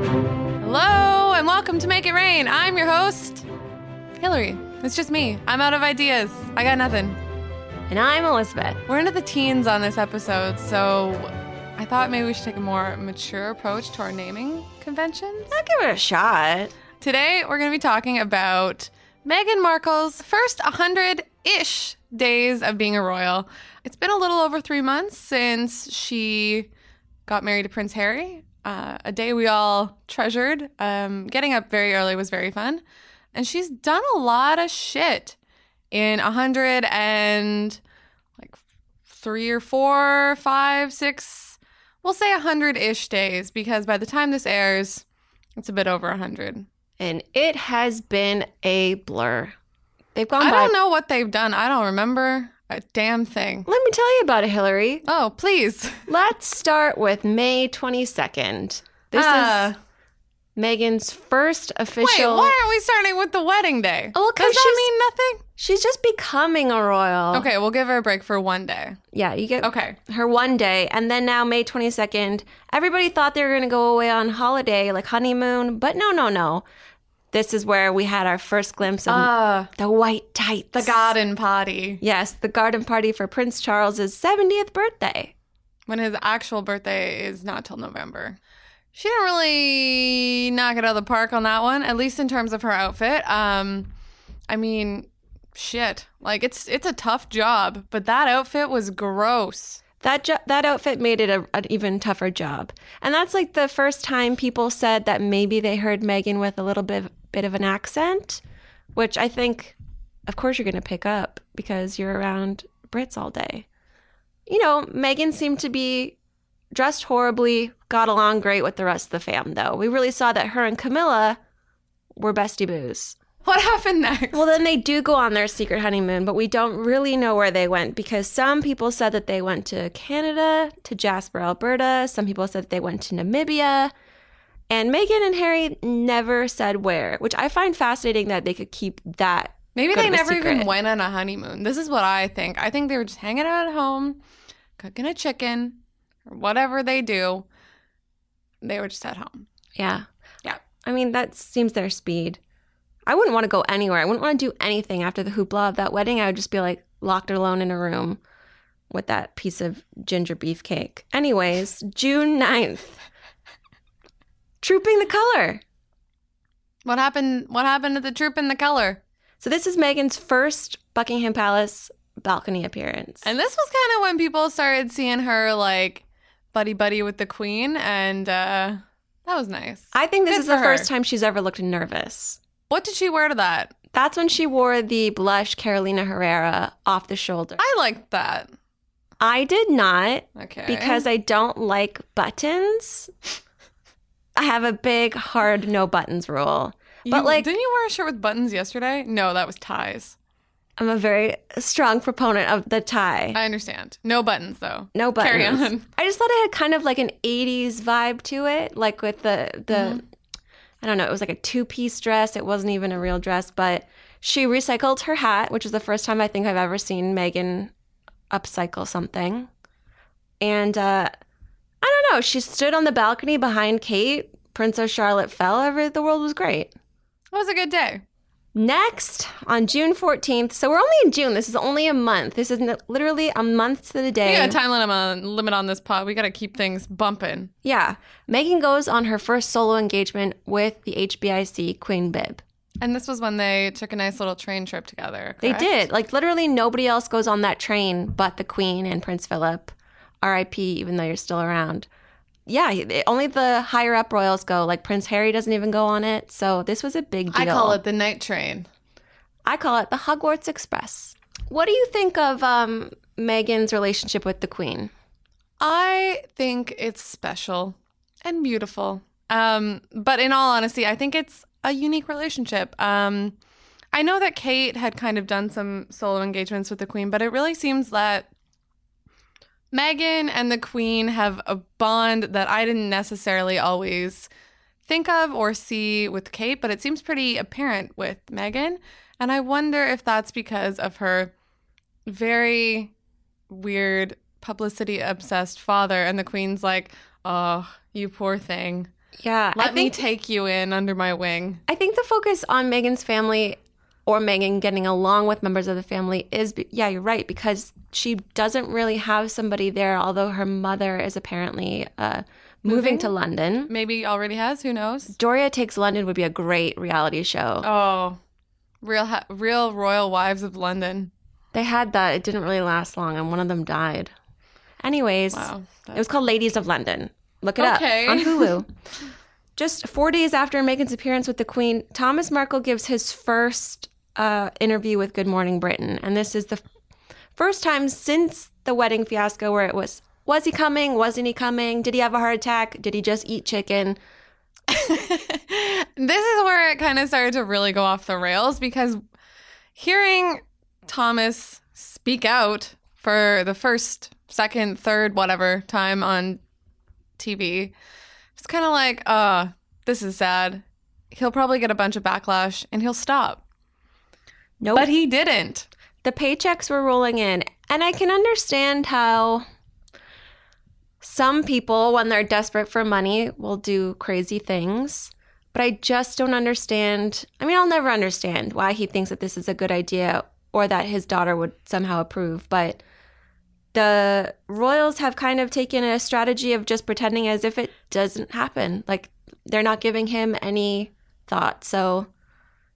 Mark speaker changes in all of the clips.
Speaker 1: Hello and welcome to Make It Rain. I'm your host, Hillary. It's just me. I'm out of ideas. I got nothing.
Speaker 2: And I'm Elizabeth.
Speaker 1: We're into the teens on this episode, so I thought maybe we should take a more mature approach to our naming conventions.
Speaker 2: I'll give it a shot.
Speaker 1: Today, we're going to be talking about Meghan Markle's first 100 ish days of being a royal. It's been a little over three months since she got married to Prince Harry, uh, a day we all treasured. Um, getting up very early was very fun. And she's done a lot of shit in 100 and like three or four, five, six, we'll say 100 ish days because by the time this airs, it's a bit over 100.
Speaker 2: And it has been a blur. They've gone
Speaker 1: I
Speaker 2: by.
Speaker 1: don't know what they've done. I don't remember a damn thing.
Speaker 2: Let me tell you about it, Hillary.
Speaker 1: Oh, please.
Speaker 2: Let's start with May 22nd. This
Speaker 1: Uh,
Speaker 2: is Megan's first
Speaker 1: wait,
Speaker 2: official.
Speaker 1: why aren't we starting with the wedding day?
Speaker 2: Oh, well, 'cause
Speaker 1: Does that
Speaker 2: she's- Oh.
Speaker 1: mean nothing?
Speaker 2: She's just becoming a royal.
Speaker 1: Okay, we'll give her a break for one day.
Speaker 2: Yeah, you get
Speaker 1: Okay.
Speaker 2: her one day. And then now, May 22nd, everybody thought they were going to go away on holiday, like honeymoon. But no, no, no. This is where we had our first glimpse of
Speaker 1: Uh,
Speaker 2: the white tights.
Speaker 1: the garden party.
Speaker 2: Yes, the garden party for Prince Charles's 70th birthday.
Speaker 1: When his actual birthday is not till November. She didn't really knock it out of the park on that one, at least in terms of her outfit. Um, I mean, shit. Like it's it's a tough job, but that outfit was gross.
Speaker 2: That jo- that outfit made it a, an even tougher job. And that's like the first time people said that maybe they heard Megan with a little bit bit of an accent, which I think of course you're going to pick up because you're around Brits all day. You know, Megan seemed to be dressed horribly, got along great with the rest of the fam though. We really saw that her and Camilla were bestie boos.
Speaker 1: What happened next?
Speaker 2: Well, then they do go on their secret honeymoon, but we don't really know where they went because some people said that they went to Canada, to Jasper, Alberta. Some people said that they went to Namibia. And Megan and Harry never said where, which I find fascinating that they could keep that.
Speaker 1: Maybe
Speaker 2: Good
Speaker 1: they
Speaker 2: with
Speaker 1: never even
Speaker 2: secret.
Speaker 1: went on a honeymoon. This is what I think. I think they were just hanging out at home, cooking a chicken, or whatever they do. They were just at home.
Speaker 2: Yeah.
Speaker 1: Yeah.
Speaker 2: I mean, that seems their speed. I wouldn't want to go anywhere. I wouldn't want to do anything after the hoopla of that wedding. I would just be like locked alone in a room with that piece of ginger beef cake. Anyways, June 9th. Trooping the color.
Speaker 1: What happened? What happened to the troop and the color?
Speaker 2: So this is Megan's first Buckingham Palace balcony appearance.
Speaker 1: And this was kind of when people started seeing her like buddy buddy with the queen, and uh, that was nice.
Speaker 2: I think this
Speaker 1: Good
Speaker 2: is the
Speaker 1: for her.
Speaker 2: first time she's ever looked nervous.
Speaker 1: What did she wear to that?
Speaker 2: That's when she wore the blush Carolina Herrera off the shoulder.
Speaker 1: I liked that.
Speaker 2: I did not.
Speaker 1: Okay.
Speaker 2: because I don't like buttons. I have a big hard no buttons rule.
Speaker 1: You-
Speaker 2: but, like-
Speaker 1: didn't you wear a shirt with buttons yesterday? No, that was ties.
Speaker 2: I'm a very strong proponent of the tie.
Speaker 1: I understand. No buttons though.
Speaker 2: no buttons.
Speaker 1: Carry on.
Speaker 2: I just thought it had kind of like an 80s vibe to it, like with the the
Speaker 1: Mm-hmm.
Speaker 2: I don't know, it was like a two-piece dress. It wasn't even a real dress, but she recycled her hat, which is the first time I think I've ever seen Megan upcycle something. And uh I don't know, she stood on the balcony behind Kate. Princess Charlotte fell. Every the world was great.
Speaker 1: It was a good day.
Speaker 2: Next, on June 14th, so we're only in June. This is only a month. This is n- literally a month to the day.
Speaker 1: We got a time limit on, limit on this pod. We got to keep things bumping.
Speaker 2: Yeah. Megan goes on her first solo engagement with the HBIC Queen Bib.
Speaker 1: And this was when they took a nice little train trip together.
Speaker 2: They
Speaker 1: correct?
Speaker 2: did. Like, literally, nobody else goes on that train but the Queen and Prince Philip. RIP, even though you're still around. Yeah, it- only the higher up royals go. Like, Prince Harry doesn't even go on it. So, this was a big deal.
Speaker 1: I call it the night train.
Speaker 2: I call it the Hogwarts Express. What do you think of um, Megan's relationship with the Queen?
Speaker 1: I think it's special and beautiful. Um, but in all honesty, I think it's a unique relationship. Um, I know that Kate had kind of done some solo engagements with the Queen, but it really seems that Meghan and the Queen have a bond that I didn't necessarily always think of or see with Kate, but it seems pretty apparent with Meghan. And I wonder if that's because of her very weird publicity obsessed father and the queen's like oh you poor thing
Speaker 2: Yeah,
Speaker 1: let
Speaker 2: I
Speaker 1: me
Speaker 2: think
Speaker 1: take you in under my wing
Speaker 2: I think the focus on Megan's family or Megan getting along with members of the family is be- yeah, you're right because she doesn't really have somebody there. Although her mother is apparently uh, moving, to London.
Speaker 1: maybe already has who knows
Speaker 2: Doria Takes London would be a great reality show.
Speaker 1: oh real ha- real royal wives of london
Speaker 2: They had that. It didn't really last long, and one of them died. Anyways,
Speaker 1: wow
Speaker 2: it was called Ladies of London. Look it
Speaker 1: Okay.
Speaker 2: up on Hulu. Just four days after Meghan's appearance with the Queen, Thomas Markle gives his first uh, interview with Good Morning Britain, and this is the f- first time since the wedding fiasco where it was: was he coming? Wasn't he coming? Did he have a heart attack? Did he just eat chicken?
Speaker 1: this is where it kind of started to really go off the rails because hearing Thomas speak out for the first, second, third, whatever time on TV, it's kind of like, uh, this is sad. He'll probably get a bunch of backlash and he'll stop.
Speaker 2: No,
Speaker 1: But he didn't.
Speaker 2: the paychecks were rolling in. And I can understand how some people, when they're desperate for money, will do crazy things. But I just don't understand. I mean, I'll never understand why he thinks that this is a good idea or that his daughter would somehow approve. But the royals have kind of taken a strategy of just pretending as if it doesn't happen. Like they're not giving him any thought. So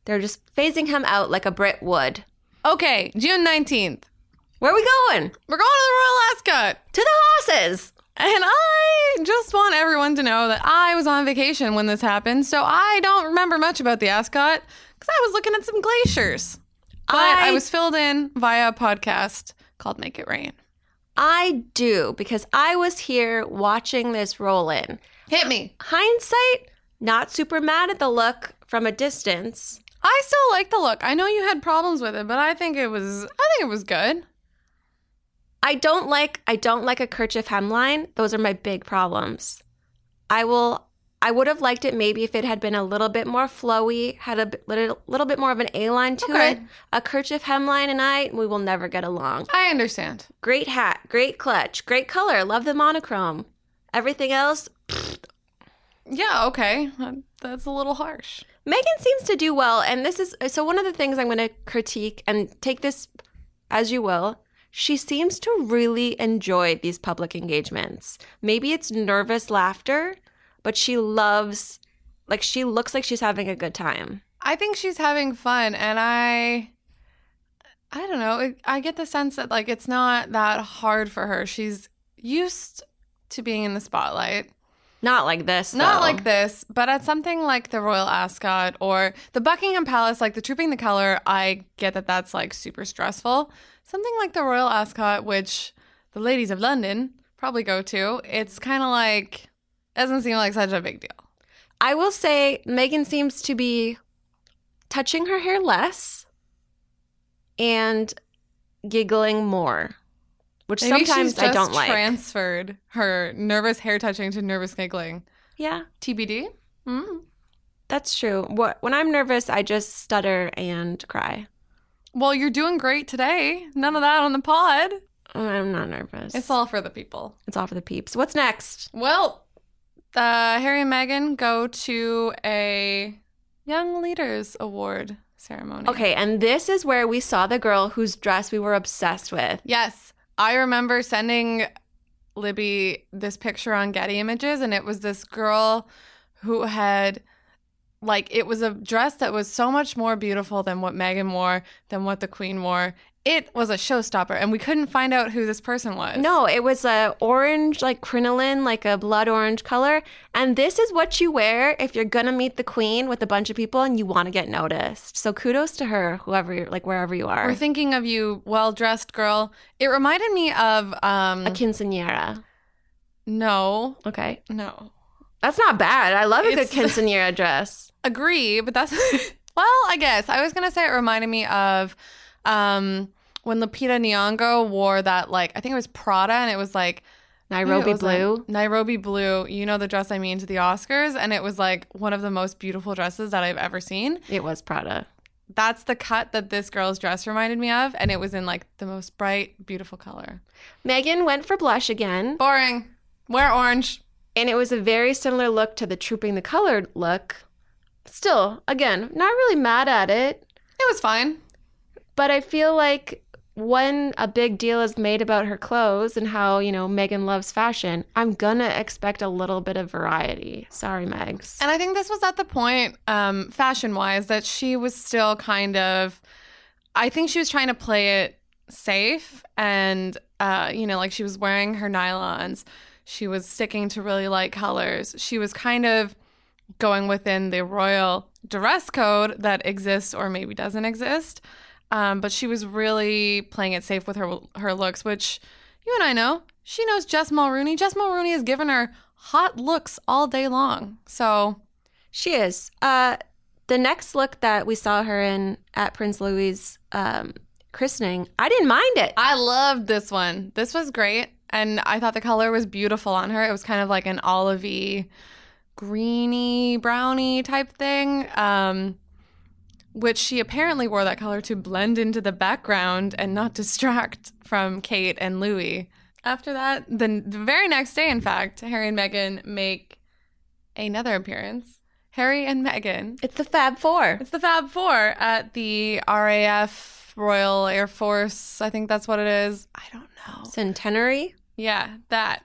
Speaker 2: they're just phasing him out like a Brit would.
Speaker 1: Okay, June 19th.
Speaker 2: Where are we going?
Speaker 1: We're going to the Royal Ascot.
Speaker 2: To the horses.
Speaker 1: And I just want everyone to know that I was on vacation when this happened, so I don't remember much about the Ascot because I was looking at some glaciers. But I,
Speaker 2: I-
Speaker 1: was filled in via a podcast called Make It Rain.
Speaker 2: I do because I was here watching this roll in.
Speaker 1: Hit me.
Speaker 2: Hindsight, not super mad at the look from a distance.
Speaker 1: I still like the look. I know you had problems with it, but I think it was I think it was good.
Speaker 2: I don't like I don't like a kerchief hemline. Those are my big problems. I will I would have liked it maybe if it had been a little bit more flowy, had a bit- little, little bit more of an A line to
Speaker 1: Okay.
Speaker 2: it. A kerchief hemline and I, we will never get along.
Speaker 1: I understand.
Speaker 2: Great hat, great clutch, great color, love the monochrome. Everything else,
Speaker 1: Yeah, okay. That- That's a little harsh.
Speaker 2: Megan seems to do well, and this is so one of the things I'm going to critique and take this as you will. She seems to really enjoy these public engagements. Maybe it's nervous laughter, but she loves, like, she looks like she's having a good time.
Speaker 1: I think she's having fun, and I, I don't know. it- I get the sense that like it's not that hard for her. She's used to being in the spotlight,
Speaker 2: Not like this.
Speaker 1: not
Speaker 2: though.
Speaker 1: like this, but at something like the Royal Ascot or the Buckingham Palace, like the Trooping the Color. I get that that's like super stressful. Something like the Royal Ascot, which the ladies of London probably go to. It's kind of like doesn't seem like such a big deal.
Speaker 2: I will say Megan seems to be touching her hair less and giggling more, which
Speaker 1: Maybe
Speaker 2: sometimes
Speaker 1: she's just
Speaker 2: I don't like.
Speaker 1: Transferred her nervous hair touching to nervous giggling.
Speaker 2: yeah.
Speaker 1: TBD. Mm.
Speaker 2: That's true. What when I'm nervous, I just stutter and cry.
Speaker 1: Well, you're doing great today. None of that on the pod.
Speaker 2: I'm not nervous.
Speaker 1: It's all for the people.
Speaker 2: it's all for the peeps. What's next?
Speaker 1: Well, uh, Harry and Meghan go to a Young Leaders Award ceremony.
Speaker 2: Okay, and this is where we saw the girl whose dress we were obsessed with.
Speaker 1: Yes, I remember sending Libby this picture on Getty Images, and it was this girl who had. Like it was a dress that was so much more beautiful than what Meghan wore, than what the Queen wore, It was a showstopper, and we couldn't find out who this person was.
Speaker 2: No, it was a orange, like crinoline, like a blood orange color. And this is what you wear if you're gonna meet the queen with a bunch of people and you want to get noticed. So kudos to her, whoever, you're, like wherever you are.
Speaker 1: We're thinking of you, well dressed girl. It reminded me of um
Speaker 2: a quinceanera.
Speaker 1: no,
Speaker 2: Okay,
Speaker 1: no.
Speaker 2: that's not bad. I love a
Speaker 1: It's-
Speaker 2: good quinceanera dress.
Speaker 1: Agree, but that's well, I guess. I was gonna say it reminded me of um when Lupita Nyong'o wore that like I think it was Prada and it was like I think it
Speaker 2: Nairobi
Speaker 1: was, like,
Speaker 2: blue.
Speaker 1: Nairobi blue. You know the dress I mean to the Oscars and it was like one of the most beautiful dresses that I've ever seen.
Speaker 2: it was Prada.
Speaker 1: That's the cut that this girl's dress reminded me of and it was in like the most bright, beautiful color.
Speaker 2: Megan went for blush again,
Speaker 1: Boring. Wear orange.
Speaker 2: and it was a very similar look to the trooping the colored look. Still, again, not really mad at it.
Speaker 1: It was fine.
Speaker 2: But I feel like when a big deal is made about her clothes and how, you know, Megan loves fashion, I'm gonna expect a little bit of variety. Sorry, Megs.
Speaker 1: And I think this was at the point, um, fashion wise, that she was still kind of, I think she was trying to play it safe. And, uh, you know, like she was wearing her nylons, she was sticking to really light colors. She was kind of going within the royal dress code that exists or maybe doesn't exist. Um, but she was really playing it safe with her her looks, which you and I know. She knows Jess Mulrooney. Jess Mulrooney has given her hot looks all day long. So
Speaker 2: She is. Uh, the next look that we saw her in at Prince Louis' um, christening, I didn't mind it.
Speaker 1: I loved this one. This was great. And I thought the color was beautiful on her. It was kind of like an olivey, greeny, browny type thing. Um, which she apparently wore that color to blend into the background and not distract from Kate and Louis. After that, the, the very next day, in fact, Harry and Meghan make another appearance. Harry and Meghan
Speaker 2: It's the Fab Four.
Speaker 1: It's the Fab Four at the RAF Royal Air Force. I think that's what it is. I don't know.
Speaker 2: Centenary.
Speaker 1: Yeah, that.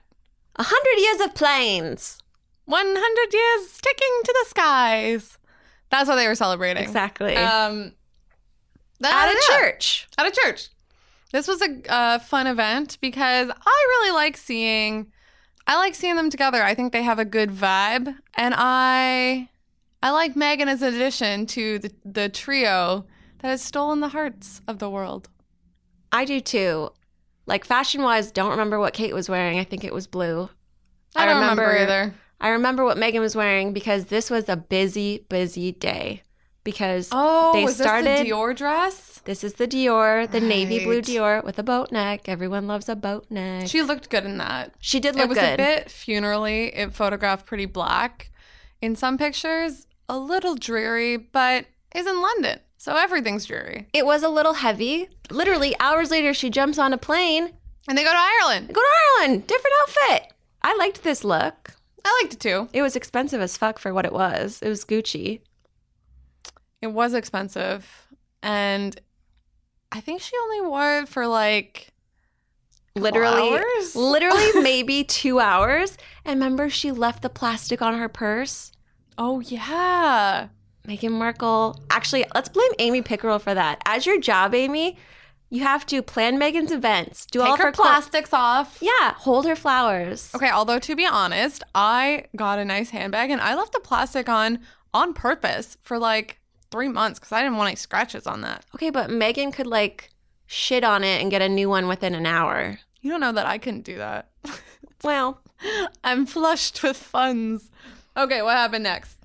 Speaker 2: A hundred years of planes.
Speaker 1: 100 years sticking to the skies. That's what they were celebrating.
Speaker 2: Exactly.
Speaker 1: Um,
Speaker 2: at
Speaker 1: that-
Speaker 2: a
Speaker 1: yeah,
Speaker 2: church.
Speaker 1: At a church. This was a uh, fun event because I really like seeing. I like seeing them together. I think they have a good vibe, and I, I like Megan as an addition to the the trio that has stolen the hearts of the world.
Speaker 2: I do too. Like fashion wise, don't remember what Kate was wearing. I think it was blue.
Speaker 1: I don't remember, either.
Speaker 2: I remember what Megan was wearing because this was a busy, busy day. Because
Speaker 1: Oh,
Speaker 2: they
Speaker 1: was this
Speaker 2: started-
Speaker 1: the Dior dress?
Speaker 2: this is the Dior, the navy blue
Speaker 1: Right.
Speaker 2: Dior with a boat neck. Everyone loves a boat neck. She,
Speaker 1: She looked good in that.
Speaker 2: did
Speaker 1: It
Speaker 2: look
Speaker 1: was
Speaker 2: good.
Speaker 1: a bit funerally. It photographed pretty black in some pictures, a little dreary, but is in London, so everything's dreary.
Speaker 2: it was a little heavy. Literally hours later, she jumps on a plane.
Speaker 1: And they go to Ireland.
Speaker 2: Go to Ireland, different outfit. I liked this look.
Speaker 1: I liked it too.
Speaker 2: It was expensive as fuck for what it was. It was Gucci.
Speaker 1: It was expensive, and I think she only wore it for like
Speaker 2: literally
Speaker 1: hours?
Speaker 2: literally maybe two hours and remember she left the plastic on her purse
Speaker 1: oh yeah,
Speaker 2: Meghan Markle. Actually, let's blame Amy Pickerel for that. As your job, Amy, you have to plan Megan's events, do all
Speaker 1: take
Speaker 2: of
Speaker 1: her
Speaker 2: clo-
Speaker 1: plastics off.
Speaker 2: yeah, hold her flowers.
Speaker 1: Okay, although to be honest, I got a nice handbag and I left the plastic on on purpose for like three months because I didn't want any scratches on that.
Speaker 2: Okay, but Megan could like shit on it and get a new one within an hour.
Speaker 1: You don't know that I couldn't do that.
Speaker 2: Well,
Speaker 1: I'm flushed with funds. Okay, what happened next?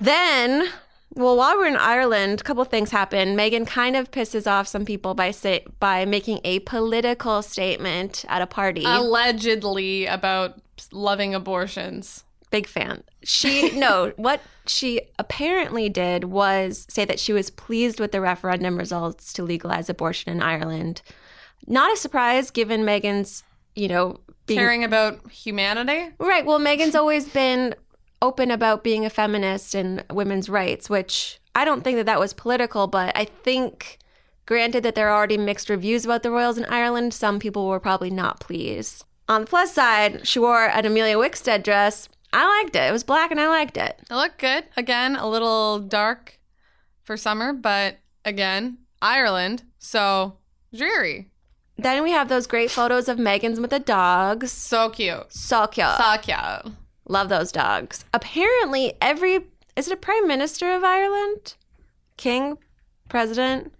Speaker 2: then well while we're in ireland a couple things happen megan kind of pisses off some people by say by making a political statement at a
Speaker 1: E.
Speaker 2: party
Speaker 1: Allegedly about loving abortions.
Speaker 2: Big fan. She no, what she apparently did was say that she was pleased with the referendum results to legalize abortion in Ireland. Not a surprise given Megan's, you know, being
Speaker 1: Caring about humanity?
Speaker 2: Right. Well, Megan's always been open about being a feminist and women's rights, which I don't think that that was political, but I think granted that there are already mixed reviews about the royals in Ireland, some people were probably not pleased. On the plus side, she wore an Amelia Wickstead dress. I liked it. It was black and I liked it.
Speaker 1: It looked good. Again, a little dark for summer, but again, Ireland, So dreary.
Speaker 2: Then we have those great photos of Megan's with the dogs.
Speaker 1: So cute.
Speaker 2: So cute.
Speaker 1: So cute.
Speaker 2: Love those dogs. Apparently, every is it a prime minister of Ireland, king, president,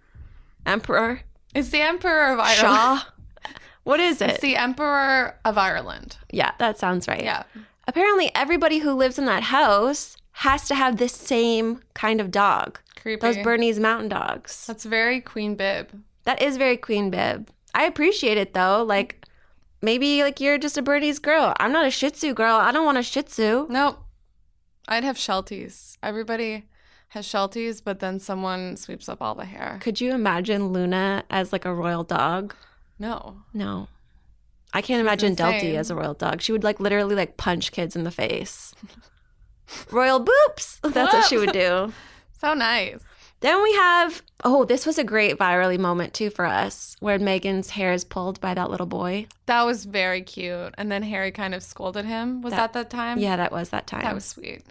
Speaker 2: emperor,
Speaker 1: It's the Emperor of Ireland.
Speaker 2: Shaw? What is
Speaker 1: It's
Speaker 2: it?
Speaker 1: the Emperor of Ireland.
Speaker 2: yeah, that sounds right.
Speaker 1: Yeah.
Speaker 2: Apparently, everybody who lives in that house has to have the same kind of dog.
Speaker 1: Creepy.
Speaker 2: Those Bernese mountain dogs.
Speaker 1: That's very Queen Bib.
Speaker 2: That is very Queen Bib. I appreciate it though. Like maybe like you're just a Bernese girl. I'm not a Shih Tzu girl. I don't want a Shih Tzu.
Speaker 1: Nope. I'd have Shelties. Everybody has Shelties, but then someone sweeps up all the hair.
Speaker 2: Could you imagine Luna as like a royal dog?
Speaker 1: No.
Speaker 2: No. I can't imagine
Speaker 1: insane.
Speaker 2: Delty as a royal dog. She would like literally like punch kids in the face. royal boops. That's what she would do.
Speaker 1: So nice.
Speaker 2: Then we have oh, this was a great virally moment too for us, where Megan's hair is pulled by that little boy.
Speaker 1: That was very cute. And then Harry kind of scolded him. Was that, that
Speaker 2: That-
Speaker 1: time?
Speaker 2: Yeah, that was that time.
Speaker 1: That was sweet.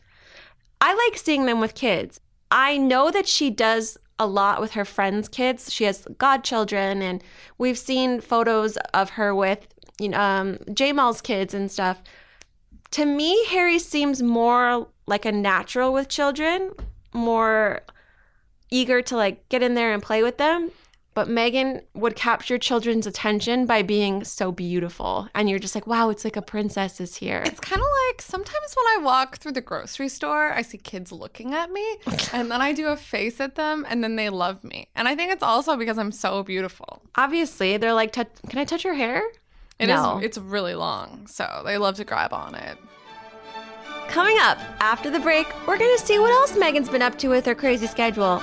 Speaker 2: I like seeing them with kids. I know that she does a lot with her friends' kids. She has godchildren, and we've seen photos of her with you know um, Jamal's kids and stuff. To me, Harry seems more like a natural with children, more eager to like get in there and play with them. But Megan would capture children's attention by being so beautiful, and you're just like, wow, it's like a princess is here.
Speaker 1: It's kind of like sometimes when I walk through the grocery store, I see kids looking at me, and then I do a face at them, and then they love me. And I think it's also because I'm so beautiful.
Speaker 2: Obviously, they're like, "Tou- can I touch your hair?
Speaker 1: It is.
Speaker 2: No.
Speaker 1: It's really long, so they love to grab on it.
Speaker 2: Coming up after the break, we're going to see what else Megan's been up to with her crazy schedule.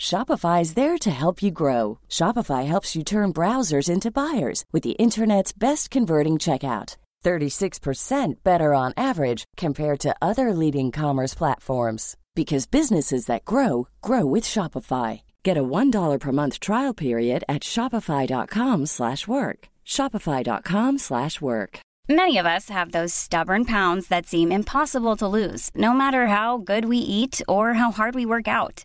Speaker 3: Shopify is there to help you grow. Shopify helps you turn browsers into buyers with the internet's best converting checkout. 36% better on average compared to other leading commerce platforms because businesses that grow grow with Shopify. Get a $1 per month trial period at shopify.com/work. slash work. shopify.com/work. slash work.
Speaker 4: Many of us have those stubborn pounds that seem impossible to lose, no matter how good we eat or how hard we work out.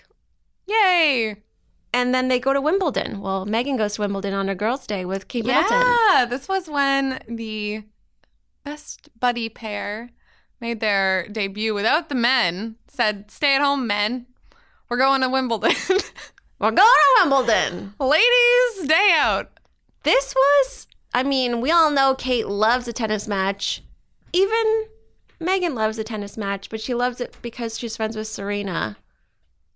Speaker 1: Yay!
Speaker 2: and then they go to Wimbledon. Well, Megan goes to Wimbledon on her girls' day with Kate Middleton.
Speaker 1: Yeah, this was when the best buddy pair made their debut without the men. Said, "Stay at home, men. We're going to Wimbledon.
Speaker 2: We're going to Wimbledon.
Speaker 1: Ladies, day out."
Speaker 2: This was, I mean, we all know Kate loves a tennis match. Even Megan loves a tennis match, but she loves it because she's friends with Serena.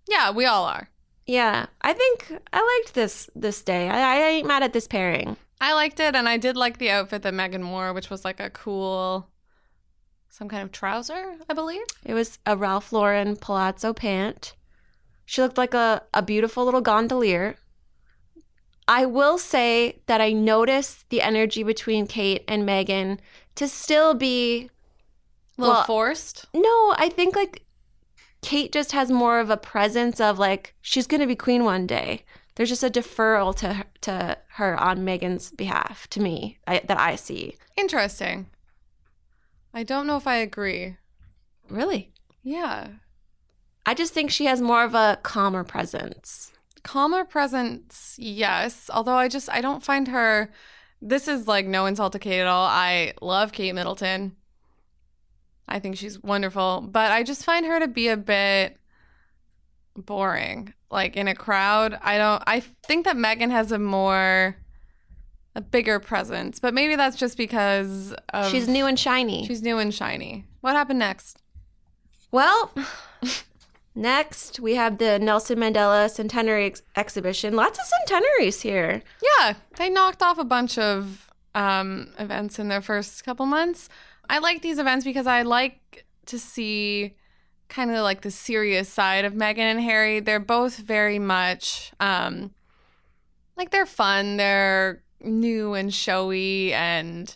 Speaker 1: Yeah, we all are.
Speaker 2: Yeah, I think I liked this this day. I, I ain't mad at this pairing.
Speaker 1: I liked it, and I did like the outfit that Megan wore, which was like a cool, some kind of trouser, I believe.
Speaker 2: It was a Ralph Lauren palazzo pant. She looked like a, a beautiful little gondolier. I will say that I noticed the energy between Kate and Megan to still be
Speaker 1: A little
Speaker 2: Well,
Speaker 1: forced.
Speaker 2: no, I think like Kate just has more of a presence of like she's gonna be queen one day. There's just a deferral to her, to her on Megan's behalf to me I, that I see.
Speaker 1: Interesting. I don't know if I agree.
Speaker 2: Really,
Speaker 1: Yeah.
Speaker 2: I just think she has more of a calmer presence.
Speaker 1: Calmer presence, yes. Although I just I don't find her this is like no insult to Kate at all. I love Kate Middleton. I think she's wonderful, but I just find her to be a bit boring. Like in a crowd, I don't I think that Megan has a more a bigger presence, but maybe that's just because of
Speaker 2: She's new and shiny.
Speaker 1: She's new and shiny. What happened next?
Speaker 2: Well, next we have the Nelson Mandela Centenary ex- exhibition. Lots of centenaries here.
Speaker 1: Yeah, they knocked off a bunch of um, events in their first couple months. I like these events because I like to see kind of like the serious side of Meghan and Harry. They're both very much um, like they're fun, they're new and showy, and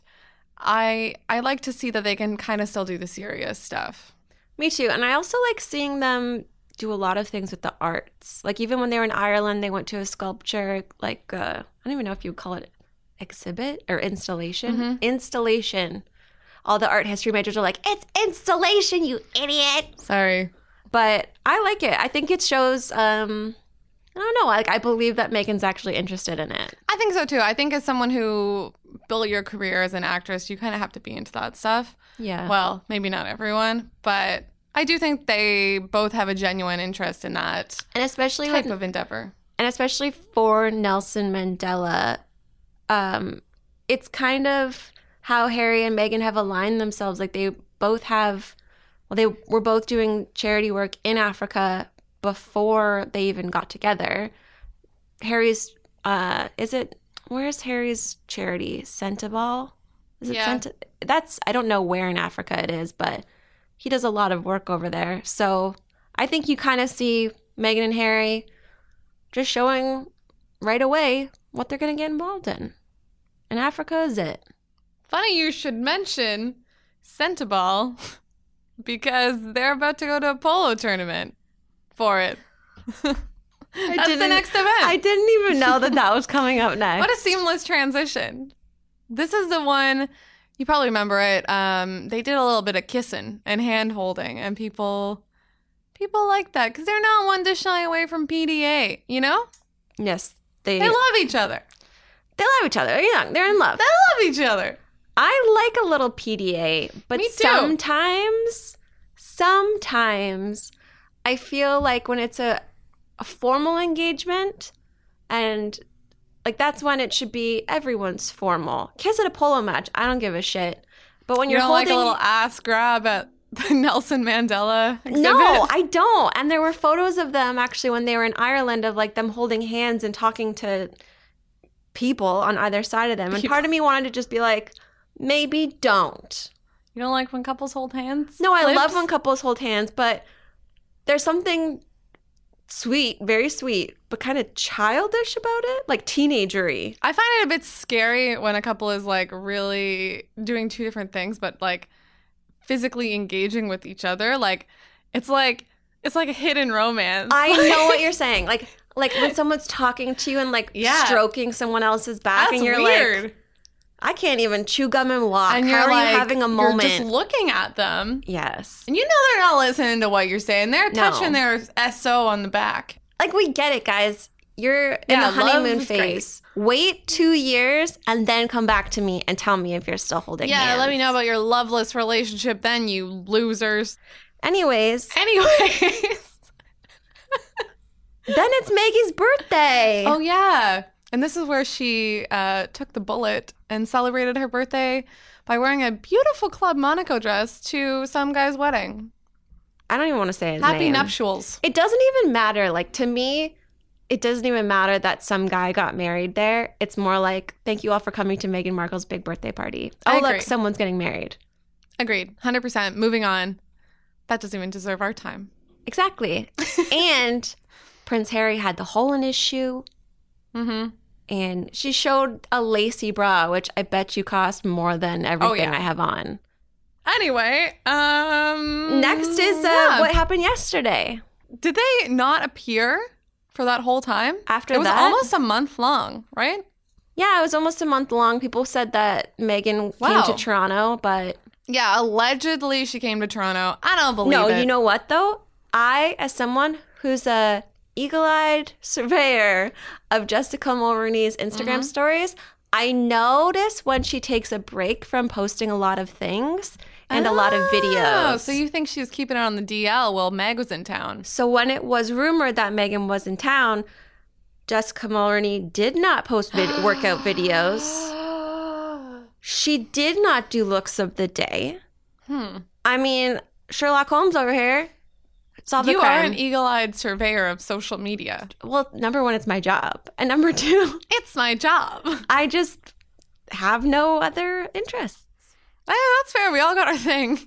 Speaker 1: I I like to see that they can kind of still do the serious stuff.
Speaker 2: Me too. And I also like seeing them do a lot of things with the arts. Like even when they were in Ireland, they went to a sculpture, like uh, I don't even know if you would call it exhibit or installation.
Speaker 1: Mm-hmm.
Speaker 2: Installation. All the art history majors are like, it's installation, you idiot.
Speaker 1: Sorry.
Speaker 2: But I like it. I think it shows. um I don't know. Like I believe that Megan's actually interested in it.
Speaker 1: I think so too. I think as someone who built your career as an actress, you kind of have to be into that stuff.
Speaker 2: Yeah.
Speaker 1: Well, maybe not everyone, but I do think they both have a genuine interest in that
Speaker 2: and especially
Speaker 1: type
Speaker 2: with
Speaker 1: of endeavor.
Speaker 2: and especially for Nelson Mandela, um, it's kind of how Harry and Meghan have aligned themselves. Like they both have, well, they were both doing charity work in Africa before they even got together. Harry's, uh, is it where's Harry's charity? Centiball? Is it
Speaker 1: Yeah.
Speaker 2: Centi- That's I don't know where in Africa it is, but he does a lot of work over there. So I think you kind of see Meghan and Harry just showing right away what they're going to get involved in. And Africa is it.
Speaker 1: Funny you should mention Centiball because they're about to go to a polo tournament for it. That's the
Speaker 2: didn't-
Speaker 1: next event.
Speaker 2: I didn't even know that that was coming up next.
Speaker 1: What a seamless transition. This is the one you probably remember it. Um, they did a little bit of kissing and hand holding, and people people like that because they're not one to shy away from PDA. You know,
Speaker 2: yes, they
Speaker 1: they love each other.
Speaker 2: they love each other. They're young. They're in love.
Speaker 1: They love each other.
Speaker 2: I like a little PDA, but
Speaker 1: Me too.
Speaker 2: sometimes, sometimes I feel like when it's a, a formal engagement and like that's when it should be everyone's formal. Kiss at a polo match. I don't give a shit. But when
Speaker 1: You
Speaker 2: are
Speaker 1: don't
Speaker 2: holding
Speaker 1: like a little ass grab at the Nelson Mandela exhibit.
Speaker 2: No, I don't. And there were photos of them actually when they were in Ireland of like them holding hands and talking to people on either side of them. And part of me wanted to just be like, maybe don't.
Speaker 1: you don't like when couples hold hands.
Speaker 2: No, I
Speaker 1: Lips?
Speaker 2: love when couples hold hands, but there's something sweet, very sweet, but kind of childish about it, like teenagery.
Speaker 1: I find it a bit scary when a couple is like really doing two different things, but like physically engaging with each other. Like it's like it's like a hidden romance.
Speaker 2: I know what you're saying. Like like when someone's talking to you and like
Speaker 1: Yeah.
Speaker 2: stroking someone else's back
Speaker 1: That's
Speaker 2: and you're
Speaker 1: weird.
Speaker 2: like I can't even chew gum and walk.
Speaker 1: and
Speaker 2: How
Speaker 1: you're
Speaker 2: are
Speaker 1: like
Speaker 2: you having a moment?
Speaker 1: You're just looking at them,
Speaker 2: Yes.
Speaker 1: and you know they're not listening to what you're saying. They're
Speaker 2: No.
Speaker 1: touching their so on the back.
Speaker 2: Like we get it, guys. You're in
Speaker 1: Yeah,
Speaker 2: the honeymoon
Speaker 1: love is great.
Speaker 2: phase. Wait two years and then come back to me and tell me if you're still holding
Speaker 1: Yeah,
Speaker 2: hands.
Speaker 1: let me know about your loveless relationship, then you losers.
Speaker 2: Anyways,
Speaker 1: Anyways.
Speaker 2: then it's Maggie's birthday.
Speaker 1: Oh yeah. And this is where she uh, took the bullet and celebrated her birthday by wearing a beautiful Club Monaco dress to some guy's wedding.
Speaker 2: I don't even want to say his
Speaker 1: Happy
Speaker 2: name.
Speaker 1: nuptials.
Speaker 2: It doesn't even matter. Like to me, it doesn't even matter that some guy got married there. It's more like, thank you all for coming to Meghan Markle's big birthday party.
Speaker 1: I
Speaker 2: Oh,
Speaker 1: agree.
Speaker 2: look, someone's getting married.
Speaker 1: Agreed. 100%. Moving on. That doesn't even deserve our time.
Speaker 2: Exactly. and Prince Harry had the hole in his shoe.
Speaker 1: Mhm.
Speaker 2: and she showed a lacy bra, which I bet you cost more than everything
Speaker 1: yeah.
Speaker 2: I have on.
Speaker 1: Anyway, um
Speaker 2: Next is uh,
Speaker 1: yeah.
Speaker 2: what happened yesterday.
Speaker 1: Did they not appear for that whole time?
Speaker 2: After
Speaker 1: it was
Speaker 2: that?
Speaker 1: almost a month long, right?
Speaker 2: Yeah, it was almost a month long. People said that Megan
Speaker 1: Wow.
Speaker 2: came to Toronto, but
Speaker 1: Yeah, allegedly she came to Toronto. I don't believe
Speaker 2: no,
Speaker 1: it.
Speaker 2: you know what though? I, as someone who's a eagle-eyed surveyor of Jessica Mulroney's Instagram stories, I notice when she takes a break from posting a lot of things and a lot of
Speaker 1: Oh,
Speaker 2: videos.
Speaker 1: so you think she was keeping it on the DL while Meg was in town?
Speaker 2: So when it was rumored that Megan was in town, Jessica Mulroney did not post vid- workout videos. She did not do looks of the day. I mean, Sherlock Holmes over here solved the
Speaker 1: you are
Speaker 2: crime.
Speaker 1: an eagle-eyed surveyor of social media.
Speaker 2: well, number one, it's my job, and number two,
Speaker 1: It's my job.
Speaker 2: I just have no other interests.
Speaker 1: Eh, that's fair. We all got our thing.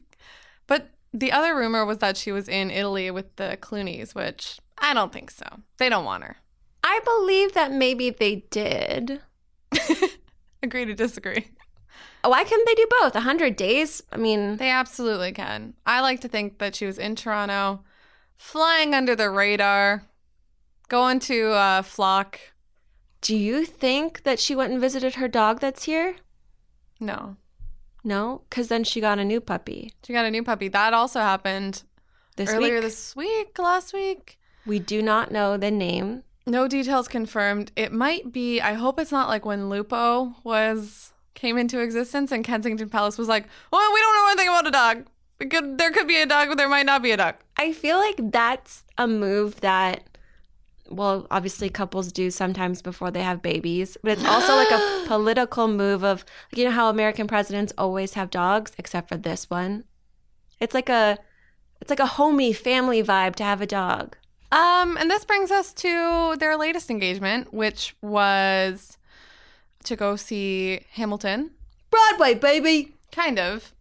Speaker 1: But the other rumor was that she was in Italy with the Clooney's, which I don't think so. They don't want her.
Speaker 2: I believe that maybe they did.
Speaker 1: Agree to disagree.
Speaker 2: Why couldn't they do both? A hundred days? I mean,
Speaker 1: They absolutely can. I like to think that she was in Toronto, flying under the radar, going to uh, Flock.
Speaker 2: do you think that she went and visited her dog that's here?
Speaker 1: No,
Speaker 2: No, because then she got a new puppy
Speaker 1: she got a new puppy. That also happened
Speaker 2: this
Speaker 1: earlier
Speaker 2: week.
Speaker 1: this week, last week.
Speaker 2: we do not know the name.
Speaker 1: No details confirmed. It might be. I hope it's not like when Lupo was came into existence and Kensington Palace was like, "Well, we don't know anything about a dog. It could, there could be a dog, but there might not be a dog."
Speaker 2: I feel like that's a move that, well, obviously couples do sometimes before they have babies, but it's also like a political move of, like, you know, how American presidents always have dogs, except for this one. It's like a, it's like a homey family vibe to have a dog.
Speaker 1: Um, and this brings us to their latest engagement, which was to go see Hamilton,
Speaker 2: Broadway baby,
Speaker 1: kind of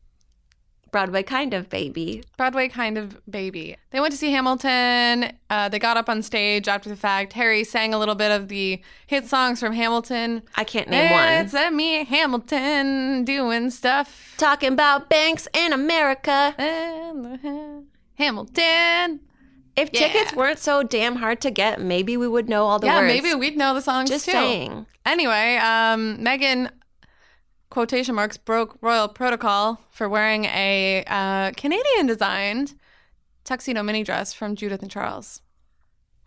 Speaker 2: Broadway kind of baby.
Speaker 1: Broadway kind of baby. They went to see Hamilton. Uh, they got up on stage after the fact. Harry sang a little bit of the hit songs from Hamilton.
Speaker 2: I can't name one.
Speaker 1: Eh, It's a me Hamilton doing stuff.
Speaker 2: Talking about banks in America.
Speaker 1: And- Hamilton.
Speaker 2: If
Speaker 1: Yeah.
Speaker 2: tickets weren't so damn hard to get, maybe we would know all the
Speaker 1: yeah,
Speaker 2: words.
Speaker 1: maybe we'd know the songs
Speaker 2: Just
Speaker 1: too.
Speaker 2: saying.
Speaker 1: Anyway, um, Megan quotation marks broke royal protocol for wearing a uh, Canadian designed tuxedo mini dress from Judith and Charles.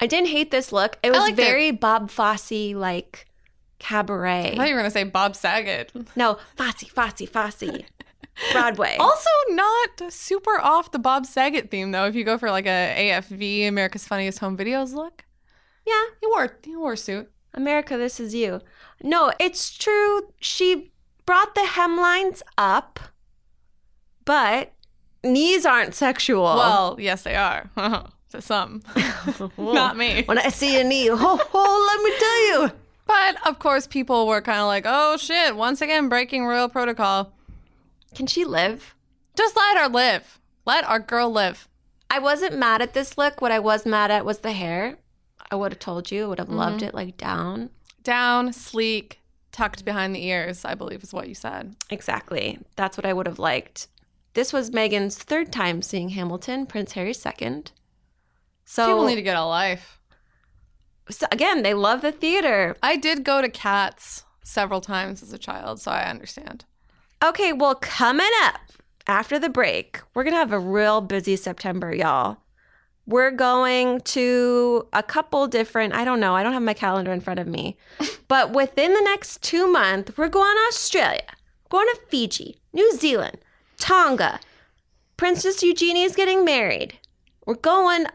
Speaker 2: I didn't hate this look. It was
Speaker 1: liked it.
Speaker 2: very Bob Fosse like cabaret.
Speaker 1: I thought you were gonna say Bob Saget.
Speaker 2: No, Fosse, Fosse, Fosse. Broadway.
Speaker 1: Also, not super off the Bob Saget theme though. If you go for like a AFV America's Funniest Home Videos look,
Speaker 2: yeah,
Speaker 1: he wore he wore a suit.
Speaker 2: America, this is you. No, it's true. She brought the hemlines up, but knees aren't sexual.
Speaker 1: Well, yes, they are to some, not me.
Speaker 2: when I see a knee, ho ho, let me tell you.
Speaker 1: But of course, people were kind of like, "Oh shit!" Once again, breaking royal protocol.
Speaker 2: Can she live?
Speaker 1: Just let her live. Let our girl live.
Speaker 2: I wasn't mad at this look. What I was mad at was the hair. I would have told you. I would have loved it like down.
Speaker 1: Down, sleek, tucked behind the ears, I believe is what you said.
Speaker 2: Exactly. That's what I would have liked. This was Megan's third time seeing Hamilton, Prince Harry's second. So,
Speaker 1: People need to get a life.
Speaker 2: so again, they love the theater.
Speaker 1: I did go to Cats several times as a child, so I understand.
Speaker 2: Okay, well, coming up after the break, we're going to have a real busy September, y'all. We're going to a couple different, I don't know, I don't have my calendar in front of me, but within the next two months, we're going to Australia, going to Fiji, New Zealand, Tonga. Princess Eugenie is getting married. We're going,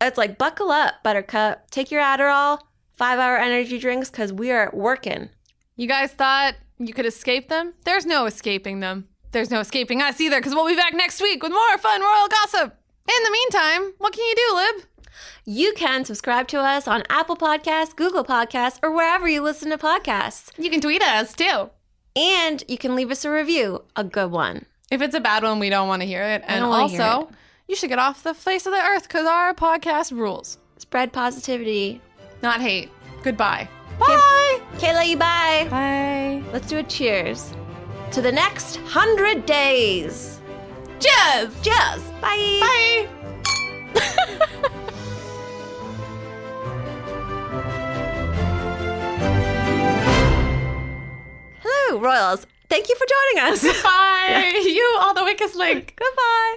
Speaker 2: it's like, buckle up, Buttercup. Take your Adderall, five hour energy drinks, because we are working.
Speaker 1: You guys thought you could escape them? There's no escaping them. There's no escaping us either, because we'll be back next week with more fun royal gossip. In the meantime, what can you do, Lib?
Speaker 2: You can subscribe to us on Apple Podcasts, Google Podcasts, or wherever you listen to podcasts.
Speaker 1: You can tweet at us too.
Speaker 2: And you can leave us a review, a good one.
Speaker 1: If it's a bad one, we don't want to hear it. And
Speaker 2: don't wanna
Speaker 1: also,
Speaker 2: hear
Speaker 1: you should get off the face of the earth because our podcast rules,
Speaker 2: Spread positivity.
Speaker 1: not hate. Goodbye. Bye.
Speaker 2: Kayla, you bye.
Speaker 1: Bye.
Speaker 2: Let's do a cheers to the next 100 days.
Speaker 1: Cheers.
Speaker 2: Cheers. Bye.
Speaker 1: Bye.
Speaker 2: Hello, Royals. Thank you for joining us.
Speaker 1: Bye. You are the weakest link.
Speaker 2: Goodbye.